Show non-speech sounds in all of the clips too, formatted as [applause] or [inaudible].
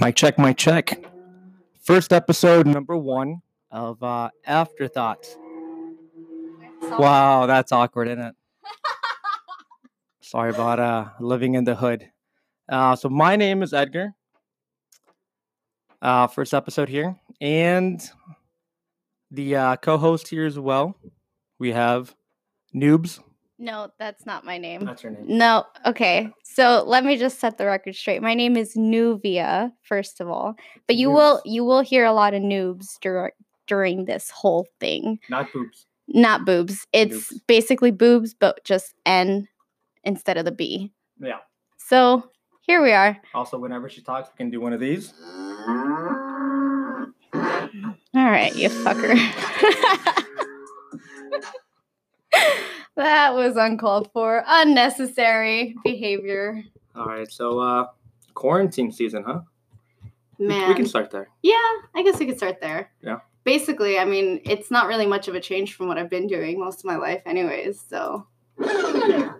My check, my check. First episode number one of uh, Afterthoughts. Wow, that's awkward, isn't it? Sorry about uh, living in the hood. Uh, so my name is Edgar. Uh, first episode here, and the uh, co-host here as well. We have Noobs. No, that's not my name. her name. No, okay. So let me just set the record straight. My name is Nuvia, first of all, but you will you will hear a lot of noobs during during this whole thing. Not boobs. Not boobs. It's Noobs. basically boobs, but just N instead of the B. Yeah. So here we are. Also, whenever she talks, we can do one of these. All right, you fucker. [laughs] that was uncalled for, unnecessary behavior. All right. So uh, quarantine season, huh? We- Man. We can start there. Yeah, I guess we could start there. Yeah. Basically, I mean, it's not really much of a change from what I've been doing most of my life, anyways. [laughs] So. Um,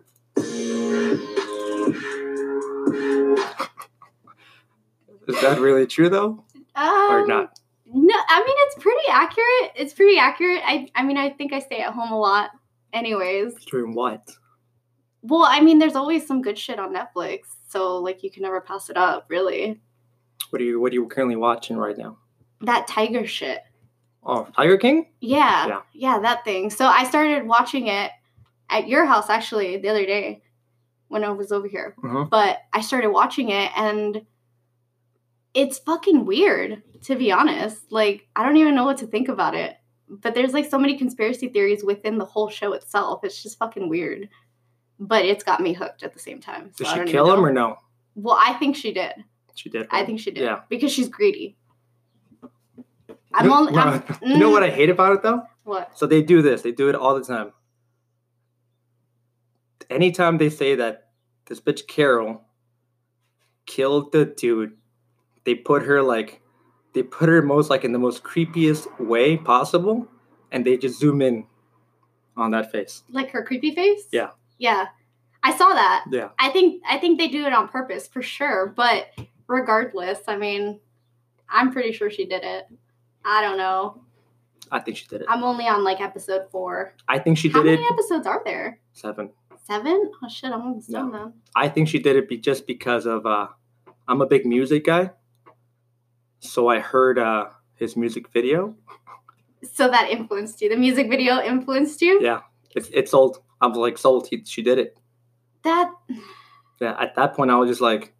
Is that really true though, Um, or not? No, I mean it's pretty accurate. It's pretty accurate. I, I mean, I think I stay at home a lot, anyways. True in what? Well, I mean, there's always some good shit on Netflix, so like you can never pass it up, really. What are you What are you currently watching right now? That tiger shit. Oh, Tiger King. Yeah, Yeah. yeah. that thing. So I started watching it at your house actually the other day when I was over here. Mhm. But I started watching it and it's fucking weird, to be honest. Like, I don't even know what to think about it. But there's like so many conspiracy theories within the whole show itself. It's just fucking weird. But it's got me hooked at the same time. So Did I she don't kill even him know. or no? Well, I think she did. She did. I right? think she did. Yeah. Because she's greedy. I'm You- only. I'm, [laughs] Mm, you know what I hate about it though? what? So they do this. They do it all the time. Anytime they say that this bitch Carol killed the dude, they put her like they put her most like in the most creepiest way possible, and they just zoom in on that face. like her creepy face Yeah. yeah i saw that Yeah. i think i think they do it on purpose for sure but regardless i mean i'm pretty sure she did it i don't know I think she did it. i'm only on like episode four I think she how did it many episodes are there seven. seven oh shit i'm almost done then I think she did it be just because of uh I'm a big music guy. So I heard uh his music video. so that influenced you the music video influenced you Yeah. It's it's sold. I'm like sold. He, she did it. that Yeah, at that point, I was just like,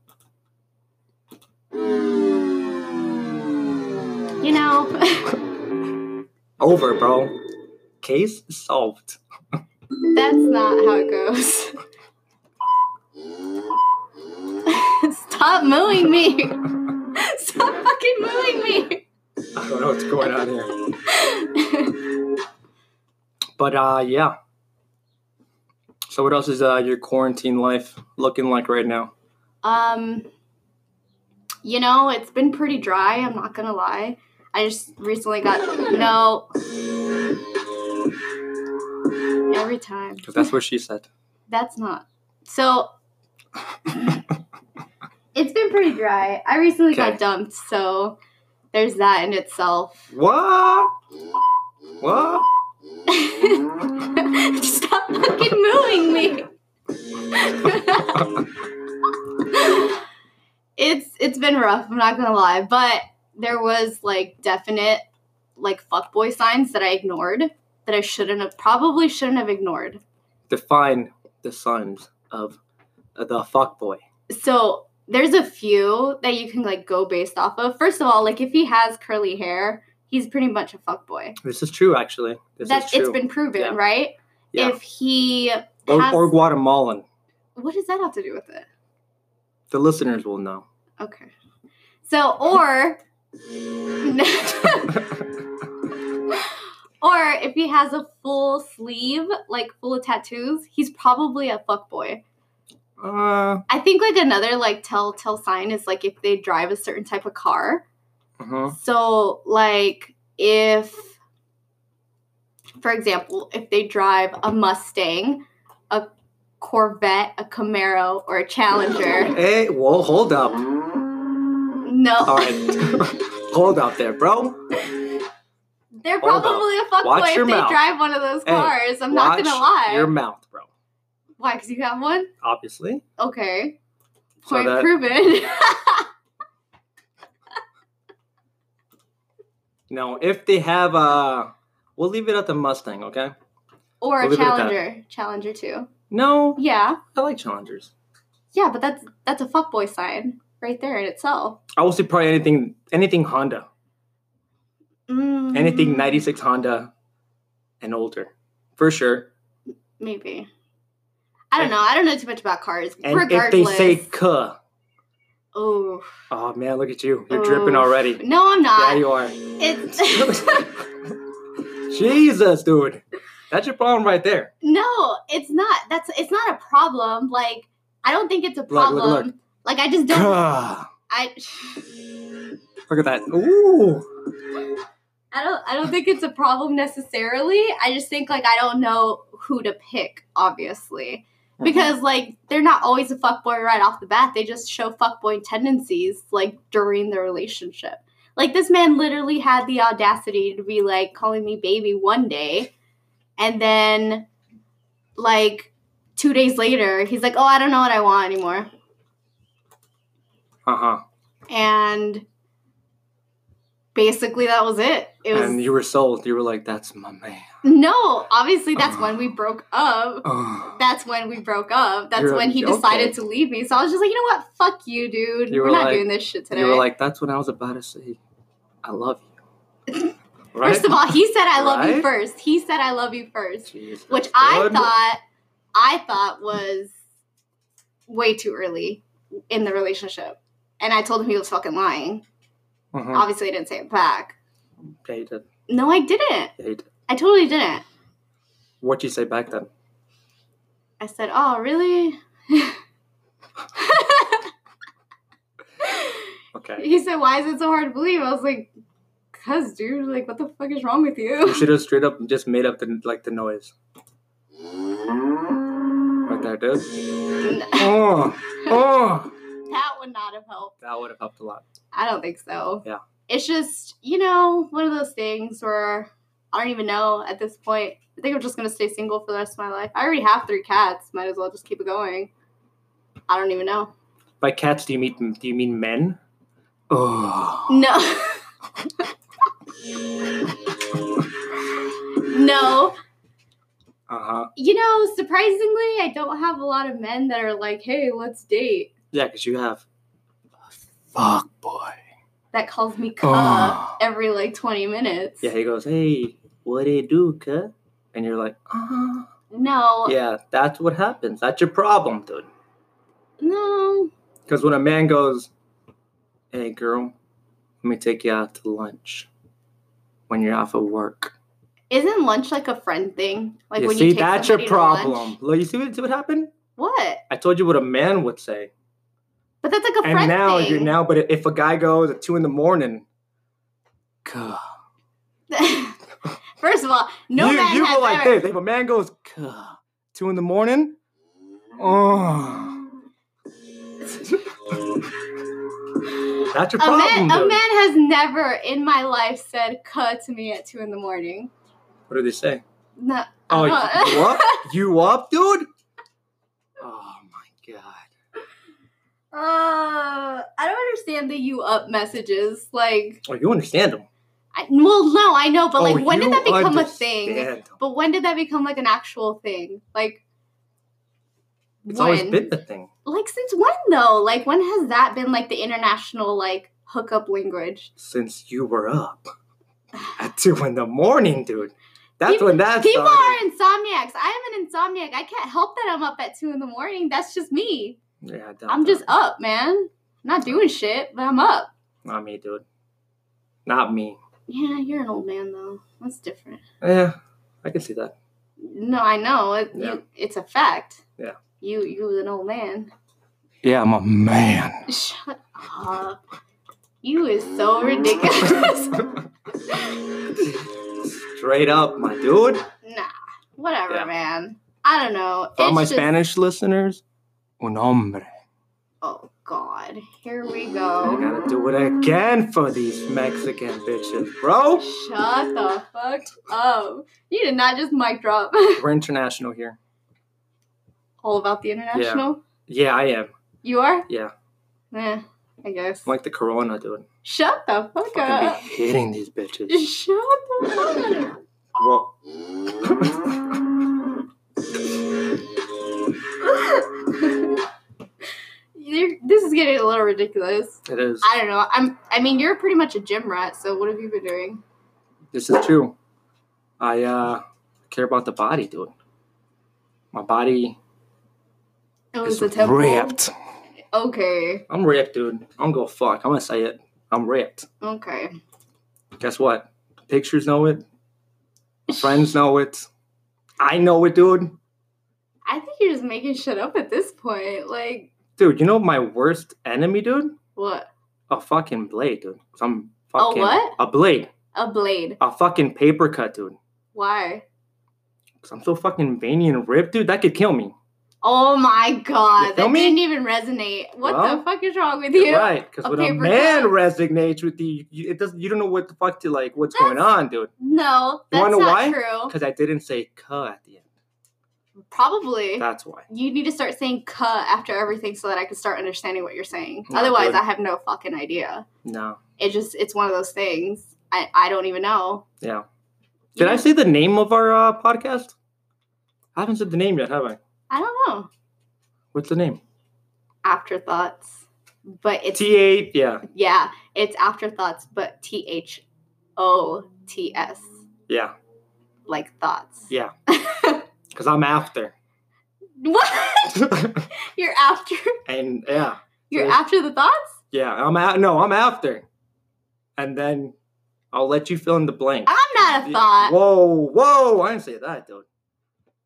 you know [laughs] over, bro. Case solved. That's not how it goes. [laughs] Stop mooing me. [laughs] Stop fucking mooing me. I don't know what's going on here. But, uh, yeah. So, what else is uh, your quarantine life looking like right now? [laughs] um you know, it's been pretty dry, I'm not going to lie. I just recently got no every time. Because that's what she said. That's not. So [laughs] it's been pretty dry. I recently Okay. got dumped, so there's that in itself. What? What? [laughs] Stop fucking mooing me. it's it's been rough, I'm not gonna lie, but there was like definite like fuckboy signs that I ignored that I shouldn't have probably shouldn't have ignored. Define the sons of the fuckboy. so there's a few that you can like go based off of. First of all, like if he has curly hair, he's pretty much a fuckboy. This is true, actually. This is That's true. it's been proven, Yeah. right? Yeah. If he or, has, or Guatemalan. what does that have to do with it? The listeners will know. Okay. So or [laughs] or if he has a full sleeve, like full of tattoos, he's probably a fuckboy. Uh, I think like another like telltale sign is like if they drive a certain type of car. uh-huh. Mm-hmm. So, like, if, for example, if they drive a Mustang, a [laughs] Corvette, a Camaro, or a Challenger, Mm-hmm. Hey, well, hold up. No. All right, [laughs] hold out there, bro. They're Hold up. probably a Watch fuckboy if your they mouth. drive one of those Hey, cars. I'm not gonna Watch lie. Your mouth, bro. Why? Because you have one? Obviously. Okay. So Point that- proven. [laughs] No, if they have uh we'll leave it at the Mustang, okay? or We'll a leave it at that. challenger. Challenger too. No, Yeah. I like Challengers. Yeah, but that's that's a fuckboy sign right there in itself. I will see probably anything anything Honda. Mm, Anything 96 Honda and older. For sure. Maybe. I don't know. I don't know too much about cars. And Regardless. if they say "cuh," oh oh man, look at you. You're Oof. dripping already. no, I'm Yeah, not. you are. it's [laughs] [laughs] Jesus, dude. That's your problem right there. [sighs] No, it's not. That's it's not a problem. Like I don't think it's a look, problem. look. Like I [laughs] just don't. Cuh. I Look at that. Ooh. I don't I don't think it's a problem necessarily. I just think like I don't know who to pick. Obviously, because like they're not always a fuckboy right off the bat. They just show fuckboy tendencies like during the relationship. Like this man literally had the audacity to be like calling me baby one day, and then like two days later he's like, "Oh, I don't know what I want anymore," Uh-huh. and basically that was it. It was And you were sold. You were like, that's my man. no. Obviously, that's when we broke up. Oh. that's when we broke up. That's You're when he okay. decided to leave me. So I was just like, you know what? Fuck you, dude. You we're were not like- doing this shit today. You were like, that's when I was about to say, I love you. right? [laughs] First of all, he said I love you Right? first. He said I love you first, Jesus, which I dude. thought I thought was way too early in the relationship. And I told him he was fucking lying. Mhm. Obviously, I didn't say it back. Yeah, you did. No, I didn't. Yeah, you did. I totally didn't. What'd you say back then? I said, "Oh, really?" [laughs] Okay. He said, "Why is it so hard to believe?" I was like, "Cause, dude, like, what the fuck is wrong with You you?" [laughs] should have straight up just made up the like the noise. Right there, dude. [laughs] that Oh, oh. would not have helped. That would have helped a lot. I don't think so. Yeah. It's just, you know, one of those things where I don't even know at this point. I think I'm just gonna stay single for the rest of my life. I already have three cats. Might as well just keep it going. I don't even know. By cats, do you mean do you mean men? Oh. No. [laughs] no. Uh huh. You know, surprisingly, I don't have a lot of men that are like, hey, let's date. Yeah, because you have. Fuck boy. That calls me cuh Oh. every like 20 minutes. Yeah, he goes, hey, what do you do, cuh? And you're like, uh No, yeah, that's what happens. That's your problem, dude. no. Because when a man goes, hey, girl, let me take you out to lunch when you're off of work. Isn't lunch like a friend thing? Like you when see, you take that's your somebody to lunch? problem. Look, you see what, see what happened? What? I told you what a man would say. But that's like a And friend now thing. you now, but if a guy goes at two in the morning, cuh. [laughs] First of all, no you, man you has go like ever. this. If a man goes, cuh, two in the morning, oh, [laughs] that's your A problem. man, a dude. man has never in my life said cuh to me at two in the morning. What do they say? No, I Oh, don't you know. you [laughs] up? You up, dude? Oh my god. Uh, I don't understand the you up messages. Like, Oh, you understand them. I, well, no, I know, but like, Oh, when did you that become a thing? understand 'em. But when did that become like an actual thing? Like, It's when? always been the thing. like since when though? Like, when has that been like the international like hookup language? Since you were up at two in the morning, dude. That's People- when that's People are insomniacs. I am an insomniac. I can't help that I'm up at two in the morning. That's just me. Yeah, I doubt I'm just that. up, man. I'm not doing shit, but I'm up. not me, dude. Not me. Yeah, you're an old man though. That's different. Yeah, I can see that. No, I know. It, Yeah. you, it's a fact. Yeah. You you an old man. Yeah, I'm a [laughs] man. Shut up. You is so [laughs] ridiculous. Straight up, my dude. nah. Whatever, Yeah. man. I don't know. For all It's my just- Spanish listeners, un hombre. Oh, God. Here we I go. gotta do it again for these Mexican bitches, bro. Shut the fuck up. You did not just mic drop. [laughs] We're international here. All about the international? Yeah, I am. You are? Yeah. Eh, I guess. I'm like the Corona, dude. Shut the fuck I'm gonna up. be hitting these bitches. [laughs] Shut the fuck up. [laughs] Whoa. [laughs] You're- this is getting a little ridiculous. It is. I don't know. I'm. I mean, you're pretty much a gym rat. So what have you been doing? This is true. I uh care about the body, dude. My body It is was Oh, the temple. ripped. Okay. I'm ripped, dude. I'm gonna fuck. I'm gonna say it. I'm ripped. Okay. Guess what? Pictures know it. Friends know it. I know it, dude. I think you're just making shit up at this point. Like Dude, you know my worst enemy, dude? what? A fucking blade, dude. Some A fucking what? a blade. A blade. A fucking paper cut, dude. Why? Cause I'm so fucking veiny and ripped, dude. That could kill me. Oh my You god. feel That me? didn't even resonate. What the Well, fuck is wrong [laughs] with you? Right? Because A when a paper man cut. resignates with you, you, it doesn't. You don't know what the fuck to like. What's going That's- Oh. on, dude? No, You that's wanna not know why? true. Because I didn't say "cut" at the end. Probably. That's why. you need to start saying "cut" after everything so that I can start understanding what you're saying. Yeah, Otherwise, good. I have no fucking idea. No. It just it's one of those things. I I don't even know. Yeah. Did I Yeah. say the name of our uh, podcast? I haven't said the name yet, have I? I don't know. What's the name? Afterthoughts, but it's T eight. Yeah. yeah, it's afterthoughts, but T H O T S Yeah. like thoughts. Yeah. Because I'm after. [laughs] What? [laughs] You're after and yeah, you're There's- after the thoughts? yeah. I'm out. No, I'm after. And then I'll let you fill in the blank. I'm not a thought. Whoa, whoa! I didn't say that, dude.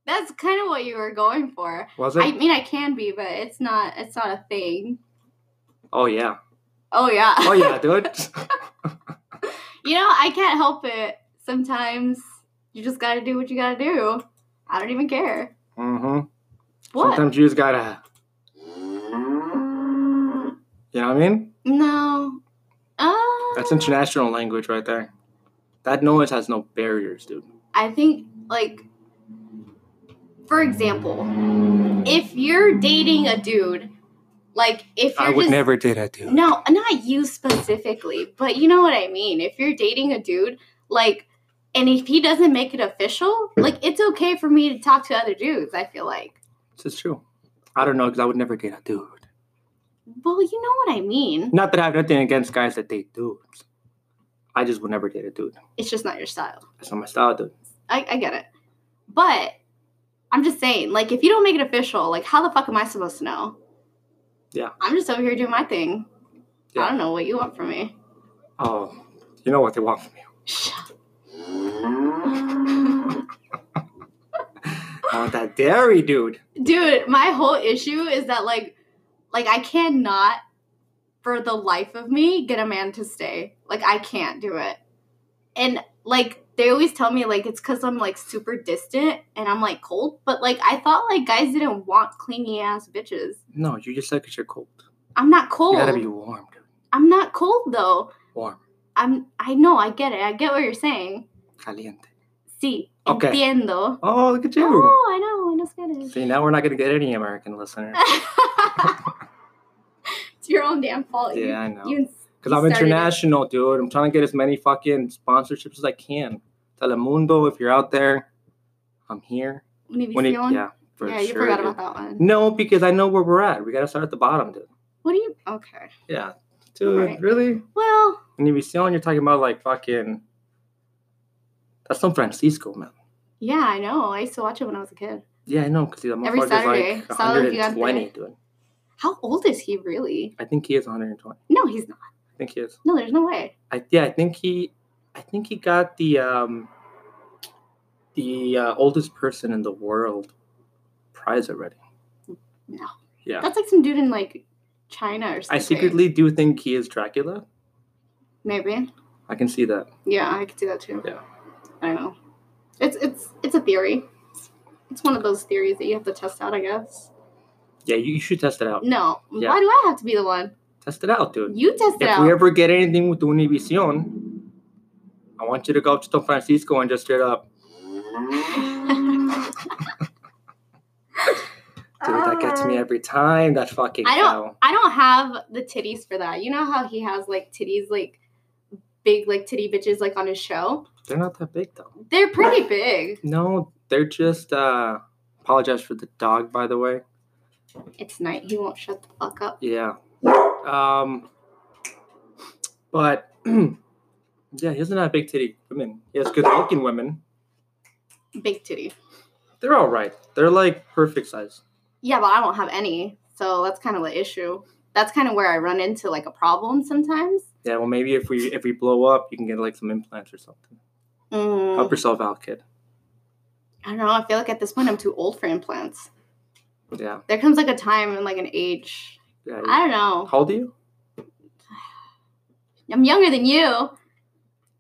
That's kind of what you were going for. Was it? I mean, I can be, but it's not. It's not a thing. Oh yeah. Oh yeah. Oh yeah, dude. [laughs] [laughs] You know, I can't help it. Sometimes you just gotta do what you gotta do. I don't even care. mm-hmm. What? Sometimes you just gotta. You know what I mean? No. Uh, That's international language right there. That noise has no barriers, dude. I think, like, for example, if you're dating a dude, like, if you're I would just, never did that, dude. No, not you specifically, but you know what I mean. If you're dating a dude, like, and if he doesn't make it official, like, it's okay for me to talk to other dudes. I feel like. This is true. I don't know because I would never date a dude. Well, you know what I mean. Not that I have nothing against guys that date dudes. I just would never date a dude. It's just not your style. That's not my style, dude. I, I get it. But I'm just saying, like, if you don't make it official, like, how the fuck am I supposed to know? Yeah. I'm just over here doing my thing. Yeah. I don't know what you want from me. Oh, you know what they want from [laughs] you. Shut- I want Oh, that dairy, dude. Dude, my whole issue is that, like, like I cannot, for the life of me, get a man to stay. Like, I can't do it. And, like, they always tell me, like, it's because I'm, like, super distant and I'm, like, cold. But, like, I thought, like, guys didn't want clingy ass bitches. No, you just said because you're cold. I'm not cold. You gotta be warm, dude. I'm not cold though. Warm, I'm I know, I get it. I get what you're saying. caliente. Sí, Okay. entiendo. Oh, look at you. Oh, I know, I know Spanish. See, now we're not gonna get any American [laughs] listeners. it's your own damn fault. You- yeah, I know. You, Because I'm started it. international, dude. I'm trying to get as many fucking sponsorships as I can. Telemundo, if you're out there, I'm here. Univision? yeah, for Yeah, you sure, forgot dude. about that one. No, because I know where we're at. We gotta start at the bottom, dude. What do you okay. Yeah, dude, Right. really? Well, Univision, you're talking about like fucking. That's San Francisco, man. yeah, I know. I used to watch it when I was a kid. Yeah, I know, because the Every motherfucker's Saturday, like Saturday, you got 120, dude. How old is he really? I think he is 120. No, he's not. I think he is. No, there's no way. I yeah, I think he, I think he got the um, the uh, oldest person in the world prize already. No. Yeah, That's like some dude in like China or something. I secretly do think he is Dracula. maybe. I can see that. Yeah, I could do that too. Yeah. I don't know. It's it's it's a theory. It's one of those theories that you have to test out, I guess. Yeah, you, you should test it out. No. Yeah. Why do I have to be the one? Test it out, dude. You test it if out. we ever get anything with Univision, I want you to go up to Don Francisco and just straight up, [laughs] dude, that gets me every time. That fucking Um, I don't- cow. I don't have the titties for that. You know how he has like titties, like big, like titty bitches, like on his show. They're not that big though. They're pretty big. No, they're just. uh Apologize for the dog, by the way. It's night. He won't shut the fuck up. Yeah. Um. But [clears throat] yeah, he doesn't have big titty women. He has good looking women. Big titty. They're all right. They're like perfect size. Yeah, but I don't have any, so that's kind of the issue. That's kind of where I run into like a problem sometimes. Yeah. Well, maybe if we if we blow up, you can get like some implants or something. Mm, Help yourself out, kid. I don't know. I feel like at this point I'm too old for implants. Yeah. There comes like a time and like an age. Yeah. I don't know. How old are you? I'm younger than you.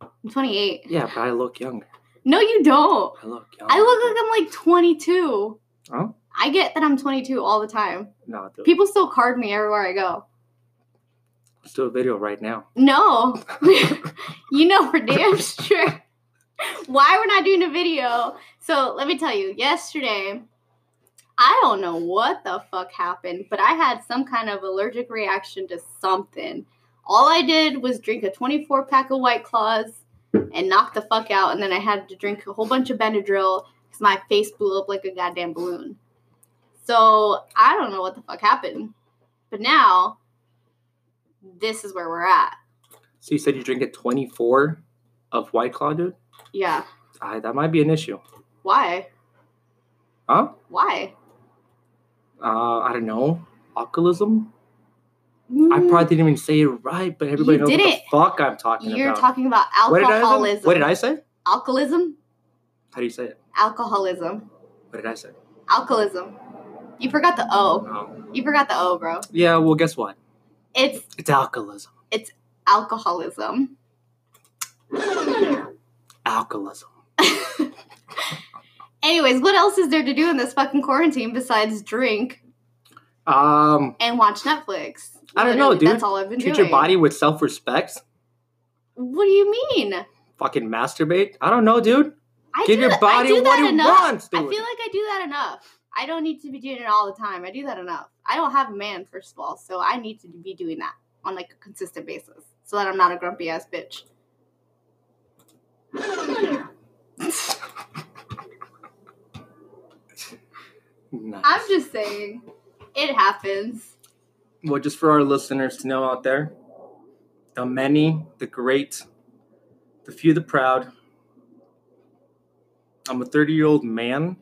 I'm 28. Yeah, but I look younger. No, you don't. I look younger. I look like I'm like 22. Oh. I get that I'm 22 all the time. No, dude. People still card me everywhere I go. Let's do a video right now. No, [laughs] you know for damn sure why we're not doing a video. So let me tell you, yesterday, I don't know what the fuck happened, but I had some kind of allergic reaction to something. All I did was drink a 24 pack of White Claws and knock the fuck out, and then I had to drink a whole bunch of Benadryl because my face blew up like a goddamn balloon. So I don't know what the fuck happened. But now, this is where we're at. So you said you drink a 24 of White Claw, dude? Yeah. I, that might be an issue. Why? Huh? Why? Uh, I don't know. Alcoholism? I probably didn't even say it right, but everybody Mm. knows You did what it. the fuck I'm talking You're about. talking about what did, I, alcoholism. what did I say? Alcoholism? How do you say it? Alcoholism. What did I say? Alcoholism. You forgot the O. Oh. You forgot the O, bro. Yeah, well, guess what? It's It's alcoholism. alcoholism. [laughs] Alcoholism. Anyways, what else is there to do in this fucking quarantine besides drink Um, and watch Netflix? I don't know, Literally, dude. That's all I've been treat doing. your body with self respect. What do you mean? Fucking masturbate. I don't know, dude. I Give do your that- I body do what that it enough. wants, dude. I feel like I do that enough. I don't need to be doing it all the time. I do that enough. I don't have a man, first of all, so I need to be doing that on like a consistent basis, so that I'm not a grumpy ass bitch. Nice. I'm just saying, it happens. well, just for our listeners to know out there, the many, the great, the few, the proud. I'm a 30 year old man.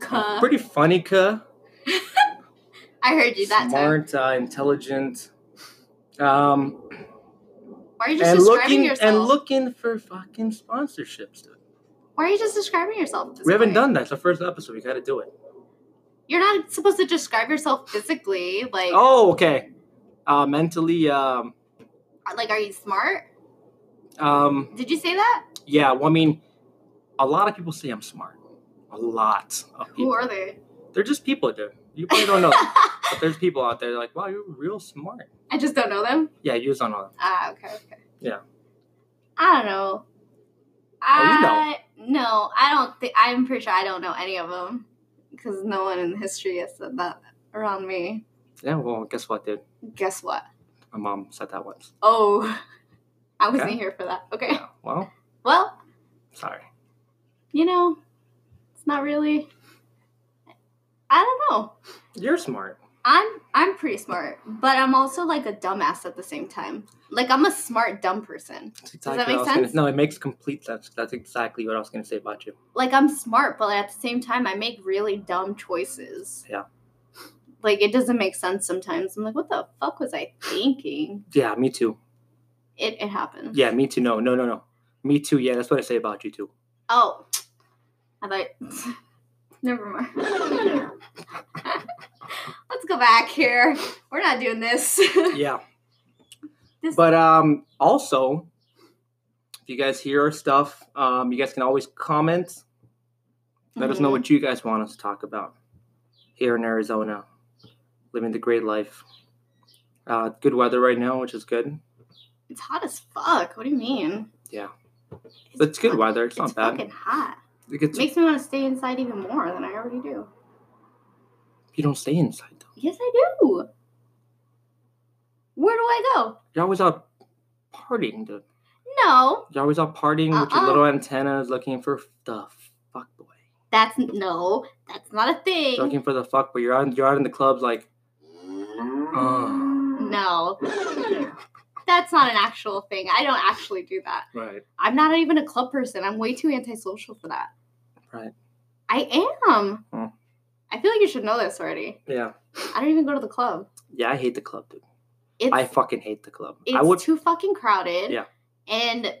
Cuh. Pretty funny, cuh. I heard you that time. Smart, uh, intelligent, um, Why are you just and describing looking yourself? and looking for fucking sponsorships. Dude. Why are you just describing yourself? at this We haven't point? done that. It's our first episode. We got to do it. You're not supposed to describe yourself physically, like Oh, okay. Uh, mentally, um, like are you smart? um, Did you say that? Yeah, well, I mean, a lot of people say I'm smart. A lot of Who people. are they? They're just people, dude. You probably don't [laughs] know. them, but there's people out there like, wow, you're real smart. I just don't know them. Yeah, you just don't know. Ah, okay, okay. Yeah. I don't Oh, know. I no, I don't think I'm pretty sure I don't know any of them because no one in history has said that around me. Yeah, well, guess what, dude? Guess what? My mom said that once. Oh, [laughs] I wasn't Okay. here for that. Okay. Yeah, well, Well, sorry. you know, it's not really. I don't know. You're smart. I'm I'm pretty smart, but I'm also like a dumbass at the same time. Like I'm a smart dumb person. That's that exactly what make I was gonna- sense? no, it makes complete sense. That's exactly what I was going to say about you. like I'm smart, but at the same time, I make really dumb choices. Yeah. Like it doesn't make sense sometimes. I'm like, what the fuck was I thinking? Yeah, me too. It it happens. Yeah, me too. No, no, no, no. Me too. Yeah, that's what I say about you [laughs] too. Oh, I thought. [laughs] Never mind. [laughs] Let's go back here. We're not doing this. Yeah. This- But um, also, if you guys hear our stuff, [laughs] Mm-hmm. um, you guys can always comment. Let us know what you guys want us to talk about. here in Arizona, living the great life. Uh, good weather right now, which is good. It's hot as fuck. What do you mean? Yeah. It's good fuck- weather. It's not it's bad. fucking hot. It It gets, makes me want to stay inside even more than I already do. you don't stay inside though. Yes, I do. Where do I go? You're always out partying, dude. No, You're always out partying with your Uh-uh. little antennas, looking for the fuck boy. that's no, that's not a thing. Looking for the fuck boy. You're out. You're out in the clubs, like Oh. No, that's not an actual thing. I don't actually do that. right. I'm not even a club person. I'm way too antisocial for that. Right. I am. Hmm. I feel like you should know this already. Yeah. I don't even go to the club. Yeah, I hate the club, dude. It's I fucking hate the club. it's I would. too fucking crowded. Yeah. And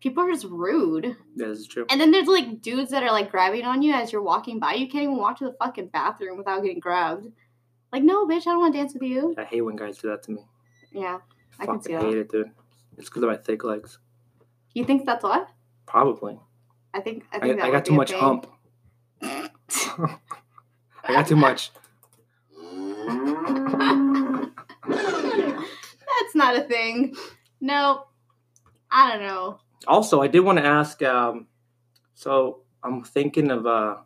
people are just rude. That is true. And then there's like dudes that are like grabbing on you as you're walking by. You can't even walk to the fucking bathroom without getting grabbed. Like, no, bitch, I don't want to dance with you. I hate when guys do that to me. Yeah. I can see fucking that. hate it, dude. It's because of my thick legs. You think that's what? Probably. I think I I, think that I would got too be a much thing. hump. [laughs] I got too much. [laughs] [laughs] that's not a thing. No. I don't know. Also, I did want to ask. Um, so I'm thinking of. Uh,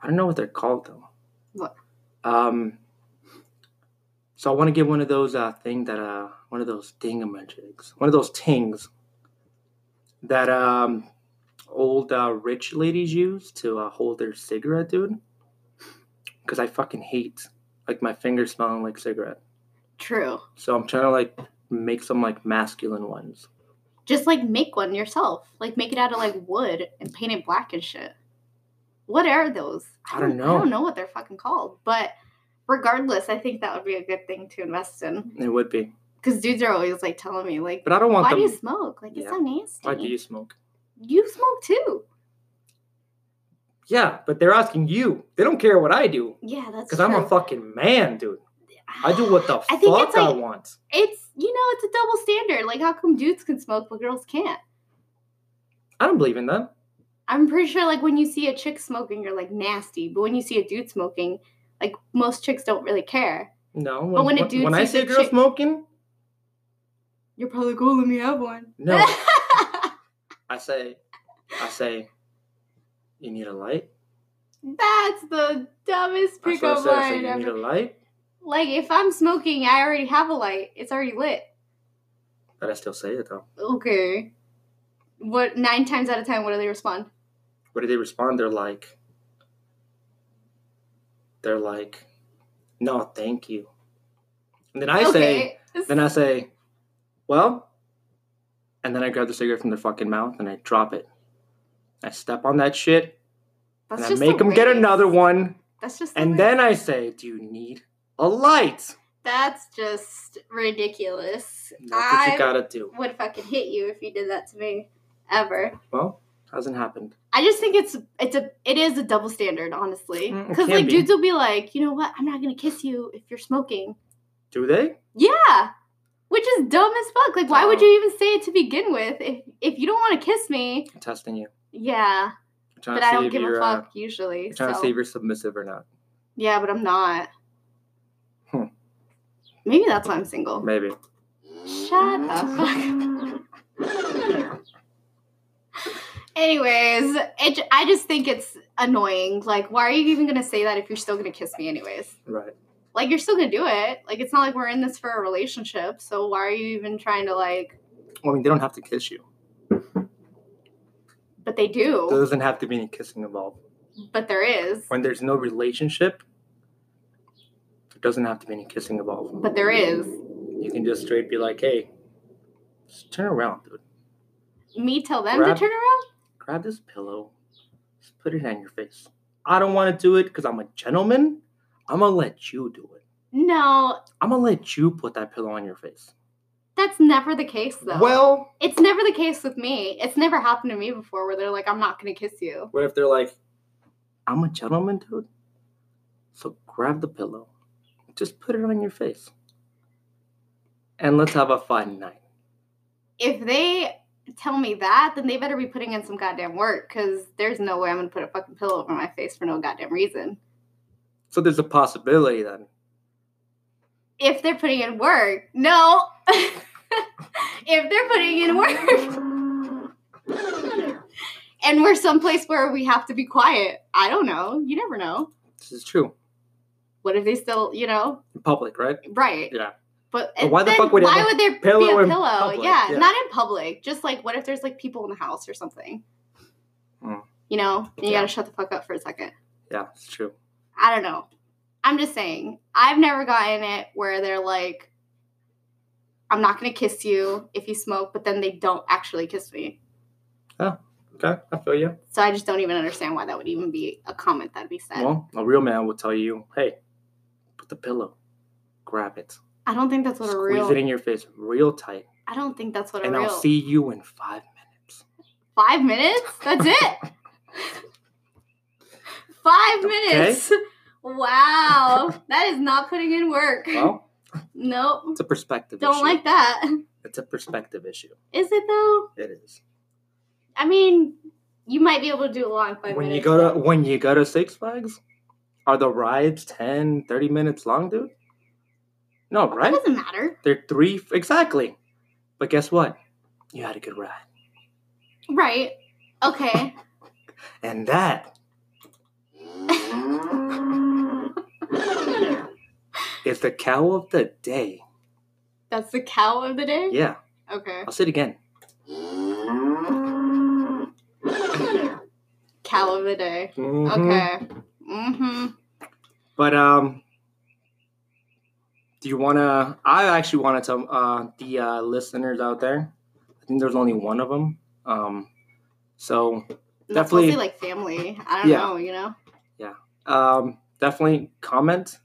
I don't know what they're called though. What? Um. So I want to get one of those uh thing that uh one of those dingamajigs, one of those tings that um old uh, rich ladies use to uh, hold their cigarette, dude. Because I fucking hate like my fingers smelling like cigarette. True. So I'm trying to like make some like masculine ones. Just like make one yourself. Like make it out of like wood and paint it black and shit. What are those? I don't I know. don't know what they're fucking called. But regardless, I think that would be a good thing to invest in. It would be, Because dudes are always like telling me, like, but I don't want why them. do you smoke? Like, it's Yeah. so nasty. Why do you smoke? You smoke too. Yeah, but they're asking you. They don't care what I do Yeah, that's because I'm a true. fucking man, dude. I do what the [sighs] I think fuck it's I like- want. It's you know, it's a double standard. Like, how come dudes can smoke but girls can't? I don't believe in that. I'm pretty sure, like, when you see a chick smoking, you're like nasty. But when you see a dude smoking, like, most chicks don't really care. No. When, But when a when, dude when I sees see a a girl chick- smoking, You're probably like, oh, let me have one. no, I say, I say, you need a light. [laughs] That's the dumbest That's what I pickup said. I said, line you need a ever. light, Like, if I'm smoking, I already have a light. It's already lit. but I still say it though. Okay. What nine times out of ten, what do they respond? What do they respond? They're like, they're like, no, thank you. And then I say. Then I say, well, and then I grab the cigarette from their fucking mouth and I drop it. I step on that shit That's and I just make the them get way- another one. That's just the way- And then I say, do you need a light? that's just ridiculous. That's what I you gotta do. would fucking hit you if you did that to me ever. Well, hasn't happened. I just think it's it's a it is a double standard, honestly. Mm, it Because can like be. dudes will be like, you know what? I'm not gonna kiss you if you're smoking. Do they? Yeah. Which is dumb as fuck. Like, why would Dumb. you even say it to begin with? If if you don't want to kiss me, I'm testing you. yeah. I'm trying But to I see don't if give a you're, uh, fuck usually. I'm trying so. to see if you're submissive or not. Yeah, but I'm not. Hmm. Maybe that's why I'm single. Maybe. Shut the fuck. Anyways, it, j- I just think it's annoying. Like, why are you even gonna say that if you're still gonna kiss me anyways? Right. Like, you're still gonna do it. Like, it's not like we're in this for a relationship. So why are you even trying to like? Well, I mean, they don't have to kiss you. But they There do. doesn't have to be any kissing involved. But there is. When there's no relationship, there doesn't have to be any kissing involved. But there is. You can just straight be like, hey, just turn around, dude. Me tell them Grab- to turn around. Grab this pillow, just put it on your face. I don't want to do it because I'm a gentleman. I'm going to let you do it. No, I'm going to let you put that pillow on your face. that's never the case though. Well, It's never the case with me. It's never happened to me before where they're like, I'm not going to kiss you. what if they're like, I'm a gentleman, dude? So grab the pillow, just put it on your face. And let's have a fun night. If they tell me that, then they better be putting in some goddamn work because there's no way I'm going to put a fucking pillow over my face for no goddamn reason. So there's a possibility then. If they're putting in work, no. [laughs] if they're putting in work. [laughs] and we're someplace where we have to be quiet. I don't know. You never know. This is true. What if they still, you know, In public, right? right? Yeah. But, But why the then fuck would it why have would there be pillow a in pillow? public? Yeah, Yeah. not in public. Just like what if there's like people in the house or something? Hmm. You know, and you Yeah. gotta shut the fuck up for a second. Yeah, it's true. I don't know. I'm just saying, I've never gotten it where they're like, I'm not gonna kiss you if you smoke, but then they don't actually kiss me. Okay, I feel you. So I just don't even understand why that would even be a comment that'd be said. Well, a real man will tell you, hey, put the pillow, grab it, I don't think that's what a squeeze real. it in your face real tight, I don't think that's what a and real. I'll see you in five minutes. Five minutes? That's it. Five minutes. [laughs] Wow. That is not putting in work. Well, nope. it's a perspective Don't issue. like that. It's a perspective issue. Is it though? It is. I mean, you might be able to do a long five when minutes. you go to when you go to Six Flags, are the rides 10, 30 minutes long, dude? No, It right? doesn't matter. They're three exactly. But guess what? You had a good ride. Right. Okay. And that is the cow of the day. That's the cow of the day? Yeah. Okay. I'll say it again. Cow of the day. Mhm. Okay. Mm-hmm. But um do you wanna I actually wanna tell uh the uh listeners out there. I think there's only one of them. Um so That's mostly Definitely- like family. I don't Yeah. know, you know? um, definitely comment.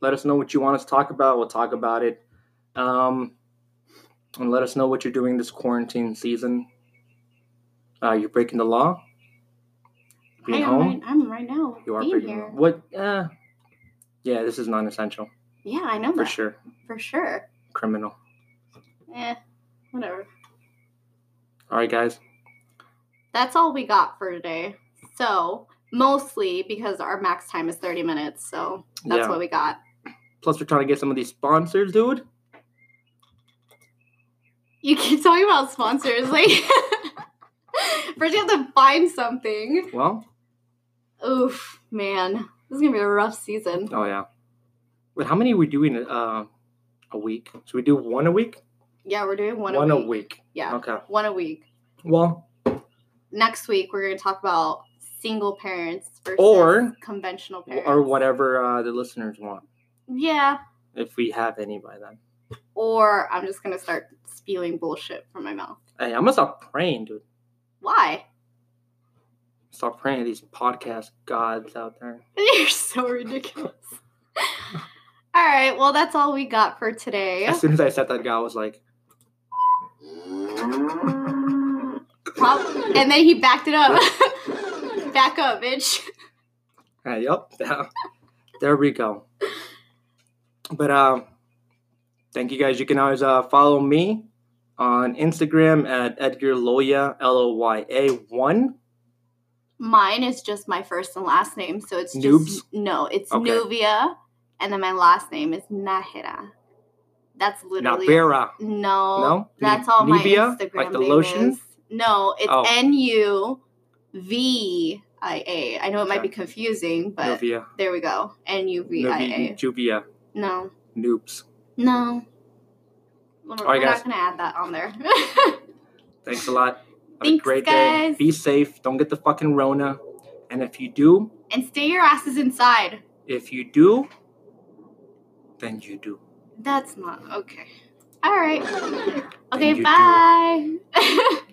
Let us know what you want us to talk about. We'll talk about it. Um, and let us know what you're doing this quarantine season. Uh, you're breaking the law. Being I am home. right, I'm right now. You are being breaking the law. here. What? Uh, yeah, this is non-essential Yeah, I know for that. sure. For sure. Criminal. Eh, whatever. All right, guys. That's all we got for today. So, mostly because our max time is 30 minutes. So, that's yeah. what we got. Plus, we're trying to get some of these sponsors, dude. You keep talking about sponsors. Like, [laughs] first you have to find something. Well, Oof, man. This is going to be a rough season. oh yeah. But how many are we doing uh, a week? Should we do one a week? Yeah, we're doing one, one a week. Yeah, Okay. one a week. Well, Next week, we're going to talk about single parents versus Or- conventional Wh- parents. or whatever uh, the listeners want. Yeah. If we have any by then, Or I'm just going to start spewing bullshit from my mouth. hey, I'm gonna stop praying, dude. Why? Stop praying to these podcast gods out there. [laughs] You're so ridiculous. [laughs] all right, well, that's all we got for today. As soon as I said that, guy I was like, [laughs] Prob- and then he backed it up. [laughs] Back up, bitch. "Hey, yup, [laughs] yeah. there we go." But um, thank you guys. You can always uh, follow me on Instagram at Edgar Loya L O Y A one. Mine is just my first and last name, so it's Noobs? just no, it's Okay. Nuvia, and then my last name is Nahira. That's literally Napera. no, No? That's all Nivea? my Instagram Like the name lotion? is. No, it's Oh. N U V I A. I know it might Okay. be confusing, but Novia. There we go. N U V I Novia. A. Juvia. No. Noobs. No. We're, right, we're not guys. going to add that on there. [laughs] Thanks a lot. Have a Thanks, great day. guys. Be safe. Don't get the fucking Rona. And if you do, and stay your asses inside. if you do, then you do. [laughs] That's not okay. All right. And Okay, you do. bye. [laughs]